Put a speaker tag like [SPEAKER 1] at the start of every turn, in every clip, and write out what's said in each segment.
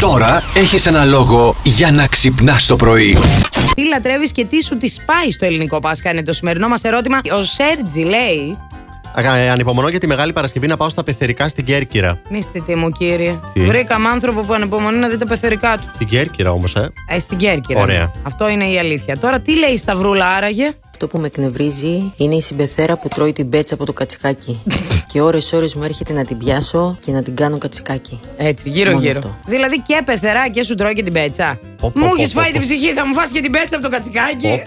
[SPEAKER 1] Τώρα έχεις ένα λόγο για να ξυπνάς το πρωί.
[SPEAKER 2] Τι λατρεύεις και τι σου τη σπάει στο ελληνικό Πάσχα είναι το σημερινό μας ερώτημα. Ο Σέρτζι λέει.
[SPEAKER 3] Α, ε, Ανυπομονώ για τη Μεγάλη Παρασκευή να πάω στα πεθερικά στην Κέρκυρα.
[SPEAKER 2] Μισθητή μου, κύριε.
[SPEAKER 3] Τι?
[SPEAKER 2] Βρήκαμε άνθρωπο που ανεπομονεί να δει τα πεθερικά του.
[SPEAKER 3] Στην Κέρκυρα όμως, ε.
[SPEAKER 2] Ε, στην Κέρκυρα.
[SPEAKER 3] Ωραία.
[SPEAKER 2] Αυτό είναι η αλήθεια. Τώρα τι λέει η Σταυρούλα άραγε.
[SPEAKER 4] Αυτό που με εκνευρίζει είναι η συμπεθέρα που τρώει την πέτσα από το κατσικάκι. και ώρες-ώρες μου έρχεται να την πιάσω και να την κάνω κατσικάκι.
[SPEAKER 2] Έτσι, γύρω-γύρω.
[SPEAKER 4] Μόνο αυτό.
[SPEAKER 2] Δηλαδή και πεθερά και σου τρώει και την πέτσα.
[SPEAKER 3] Πω, πω,
[SPEAKER 2] Μου
[SPEAKER 3] πω,
[SPEAKER 2] έχει
[SPEAKER 3] πω,
[SPEAKER 2] φάει
[SPEAKER 3] πω.
[SPEAKER 2] την ψυχή, θα μου φας και την πέτσα από το κατσικάκι.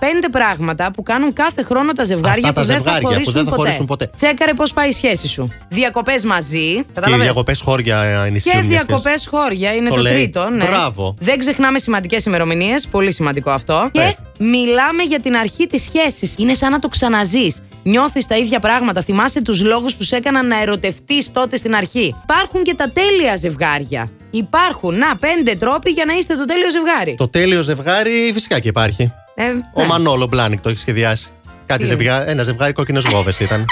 [SPEAKER 2] Πέντε πράγματα που κάνουν κάθε χρόνο τα ζευγάρια,
[SPEAKER 3] Αυτά τα
[SPEAKER 2] που, δεν
[SPEAKER 3] ζευγάρια που
[SPEAKER 2] θα
[SPEAKER 3] δεν θα χωρίσουν ποτέ.
[SPEAKER 2] Τσέκαρε πώς πάει η σχέση σου. Διακοπές μαζί.
[SPEAKER 3] Και οι
[SPEAKER 2] Κατάλαβες?
[SPEAKER 3] διακοπές χώρια ε, ενισχύουν.
[SPEAKER 2] Και
[SPEAKER 3] μια σχέση.
[SPEAKER 2] διακοπές χώρια είναι το,
[SPEAKER 3] Το λέει.
[SPEAKER 2] τρίτο. Ναι.
[SPEAKER 3] Μπράβο.
[SPEAKER 2] Δεν ξεχνάμε σημαντικές ημερομηνίες. Πολύ σημαντικό αυτό.
[SPEAKER 3] Ναι.
[SPEAKER 2] Και μιλάμε για την αρχή της σχέσης. Είναι σαν να το ξαναζείς. Νιώθεις τα ίδια πράγματα. Θυμάσαι τους λόγους που σε έκαναν να ερωτευτείς τότε στην αρχή. Υπάρχουν και τα τέλεια ζευγάρια. Υπάρχουν, να, πέντε τρόποι για να είστε το τέλειο ζευγάρι.
[SPEAKER 3] Το τέλειο ζευγάρι φυσικά και υπάρχει.
[SPEAKER 2] Ε,
[SPEAKER 3] Ο
[SPEAKER 2] ναι.
[SPEAKER 3] Μανόλο Μπλάνικ το έχει σχεδιάσει. Κάτι
[SPEAKER 2] Τι είναι?
[SPEAKER 3] ζευγά, ένα ζευγάρι κόκκινες γόβες ήταν.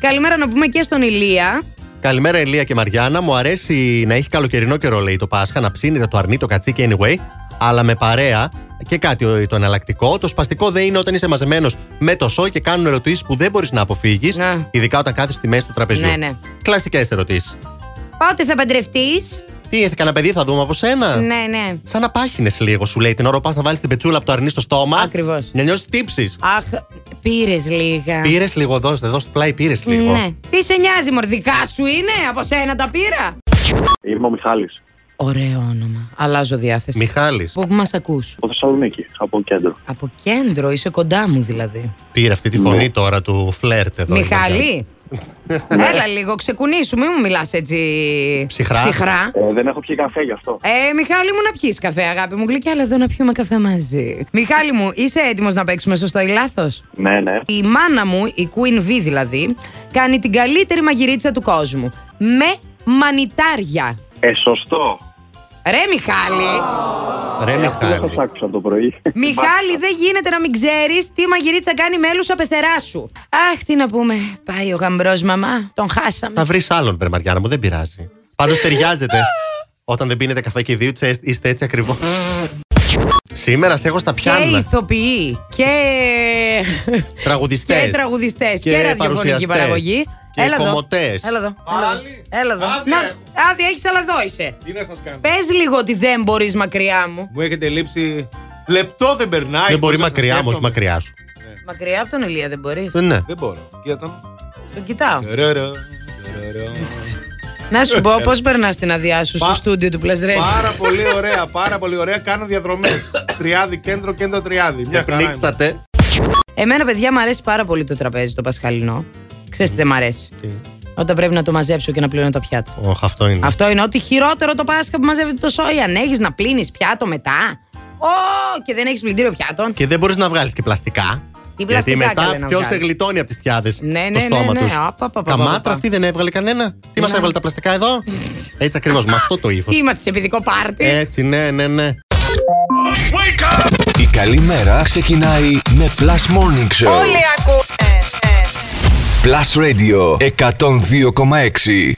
[SPEAKER 2] Καλημέρα να πούμε και στον Ηλία.
[SPEAKER 3] Καλημέρα, Ελία και Μαριάννα. Μου αρέσει να έχει καλοκαιρινό καιρό, λέει το Πάσχα, να ψήνεται το αρνί, το κατσίκι anyway, αλλά με παρέα και κάτι ο- το εναλλακτικό. Το σπαστικό δεν είναι όταν είσαι μαζεμένος με το σόι και κάνουν ερωτήσεις που δεν μπορείς να αποφύγεις,
[SPEAKER 2] Ναι.
[SPEAKER 3] ειδικά όταν κάθεσαι στη μέση του τραπεζιού.
[SPEAKER 2] Ναι, ναι.
[SPEAKER 3] Κλασικές ερωτήσεις.
[SPEAKER 2] Πότε θα παντρευτείς.
[SPEAKER 3] Τι, θα κανένα παιδί, θα δούμε από σένα.
[SPEAKER 2] Ναι, ναι.
[SPEAKER 3] Σαν να πάχυνε λίγο, σου λέει την ώρα που πας να βάλεις την πετσούλα από το αρνί στο στόμα.
[SPEAKER 2] Ακριβώς.
[SPEAKER 3] Να νιώσεις τύψει.
[SPEAKER 2] Αχ, πήρες λίγα.
[SPEAKER 3] Πήρες λίγο, δώστε, δώστε πλάι, πήρες λίγο.
[SPEAKER 2] Ναι. Τι σε νοιάζει, μορδικά σου είναι, από σένα τα πήρα.
[SPEAKER 5] Είμαι ο Μιχάλης,
[SPEAKER 2] Ωραίο όνομα. Αλλάζω διάθεση.
[SPEAKER 3] Μιχάλης,
[SPEAKER 2] Από πού μας ακούς.
[SPEAKER 5] από Θεσσαλονίκη, από κέντρο.
[SPEAKER 2] Από κέντρο, είσαι κοντά μου δηλαδή.
[SPEAKER 3] πήρε αυτή τη
[SPEAKER 5] Ναι.
[SPEAKER 3] φωνή τώρα του φλερτ εδώ. η Μαριάννα.
[SPEAKER 2] Μιχαλή. Έλα λίγο, ξεκουνήσου, μην μου μιλάς έτσι.
[SPEAKER 3] Ψυχρά.
[SPEAKER 5] Ε, δεν έχω πιει καφέ γι' αυτό.
[SPEAKER 2] Ε, Μιχάλη μου να πιεις καφέ, αγάπη μου. Γλυκιά, αλλά εδώ να πιούμε καφέ μαζί. Μιχάλη μου, είσαι έτοιμος να παίξουμε σωστό ή λάθος.
[SPEAKER 5] Ναι, ναι.
[SPEAKER 2] Η μάνα μου, η Queen V δηλαδή, κάνει την καλύτερη μαγειρίτσα του κόσμου. Με μανιτάρια.
[SPEAKER 5] Ε, σωστό.
[SPEAKER 2] Ρε Μιχάλη!
[SPEAKER 3] Ρε
[SPEAKER 5] Δεν σα
[SPEAKER 3] Μιχάλη.
[SPEAKER 5] άκουσα το πρωί.
[SPEAKER 2] Μιχάλη, δεν γίνεται να μην ξέρεις τι μαγειρίτσα κάνει με έλουσα πεθερά σου. Αχ, τι να πούμε. Πάει ο γαμπρός μαμά. Τον χάσαμε.
[SPEAKER 3] Θα βρεις άλλον, βρε Μαριάννα μου, δεν πειράζει. Πάντως ταιριάζεται. Όταν δεν πίνετε καφέ και δύο τσέ, είστε έτσι ακριβώς. Σήμερα σε έχω στα
[SPEAKER 2] Και
[SPEAKER 3] πιάνα.
[SPEAKER 2] ηθοποιοί. Και.
[SPEAKER 3] Τραγουδιστές.
[SPEAKER 2] και τραγουδιστές. Και, ραδιοφωνική
[SPEAKER 3] παρουσιαστές.
[SPEAKER 2] παραγωγή.
[SPEAKER 3] Και
[SPEAKER 2] Έλα εδώ.
[SPEAKER 3] κομμωτές.
[SPEAKER 2] Έλα εδώ.
[SPEAKER 6] Πάλι?
[SPEAKER 2] Έλα εδώ.
[SPEAKER 6] Άδεια
[SPEAKER 2] Να-
[SPEAKER 6] έχω.
[SPEAKER 2] Άδεια, έχεις, αλλά εδώ είσαι.
[SPEAKER 6] Τι να σας κάνω.
[SPEAKER 2] Πες λίγο ότι δεν μπορείς μακριά μου.
[SPEAKER 6] Μου έχετε λείψει. Λεπτό δεν περνάει.
[SPEAKER 3] Δεν μπορεί
[SPEAKER 6] Πώς να σας
[SPEAKER 3] μακριά μου, όχι
[SPEAKER 6] σκέφτομαι.
[SPEAKER 3] μακριά σου.
[SPEAKER 2] Μακριά από τον Ηλία δεν μπορείς.
[SPEAKER 3] Ε, Ναι.
[SPEAKER 6] Δεν μπορώ. Κοίτα τον.
[SPEAKER 2] Τον κοιτάω.
[SPEAKER 6] Τερερο, τερερο.
[SPEAKER 2] Να σου πω πώς περνάς την αδειά σου στο
[SPEAKER 6] Πα-
[SPEAKER 2] στούντιο του Plus Radio.
[SPEAKER 6] Πάρα πολύ ωραία, πάρα πολύ ωραία. Κάνω διαδρομές. τριάδι κέντρο, κέντρο τριάδι. Μια χαρά. είμαι.
[SPEAKER 3] Πνίξατε.
[SPEAKER 2] Εμένα, παιδιά, μου αρέσει πάρα πολύ το τραπέζι το Πασχαλινό. Ξέρετε, δεν μ' αρέσει.
[SPEAKER 3] Τι.
[SPEAKER 2] Όταν πρέπει να το μαζέψω και να πλύνω τα πιάτα.
[SPEAKER 3] Ωχ, αυτό είναι.
[SPEAKER 2] Αυτό είναι ότι χειρότερο το Πάσχα που μαζεύεται το σόι. Αν έχεις να πλύνεις πιάτο μετά. Ω, και δεν έχεις πλυντήριο πιάτων.
[SPEAKER 3] Και δεν μπορείς να βγάλεις και πλαστικά.
[SPEAKER 2] Τι πλαστικά
[SPEAKER 3] Γιατί
[SPEAKER 2] καλέ
[SPEAKER 3] μετά
[SPEAKER 2] να
[SPEAKER 3] ποιος
[SPEAKER 2] βγάλεις.
[SPEAKER 3] σε γλιτώνει από τις πιάδε.
[SPEAKER 2] Ναι, ναι,
[SPEAKER 3] το
[SPEAKER 2] ναι,
[SPEAKER 3] στόμα
[SPEAKER 2] ναι.
[SPEAKER 3] τους.
[SPEAKER 2] Α, πα, πα, πα, πα,
[SPEAKER 3] Τα
[SPEAKER 2] πα,
[SPEAKER 3] μάτρα
[SPEAKER 2] πα.
[SPEAKER 3] αυτή δεν έβγαλε κανένα. Τι μας
[SPEAKER 2] Ναι.
[SPEAKER 3] έβαλε τα πλαστικά εδώ. Έτσι ακριβώς, με αυτό το ύφος.
[SPEAKER 2] Είμαστε σε παιδικό πάρτι.
[SPEAKER 3] Έτσι, ναι, ναι, ναι.
[SPEAKER 1] Η καλή μέρα ξεκινάει με Plus Morning Show. Plus Radio 102,6.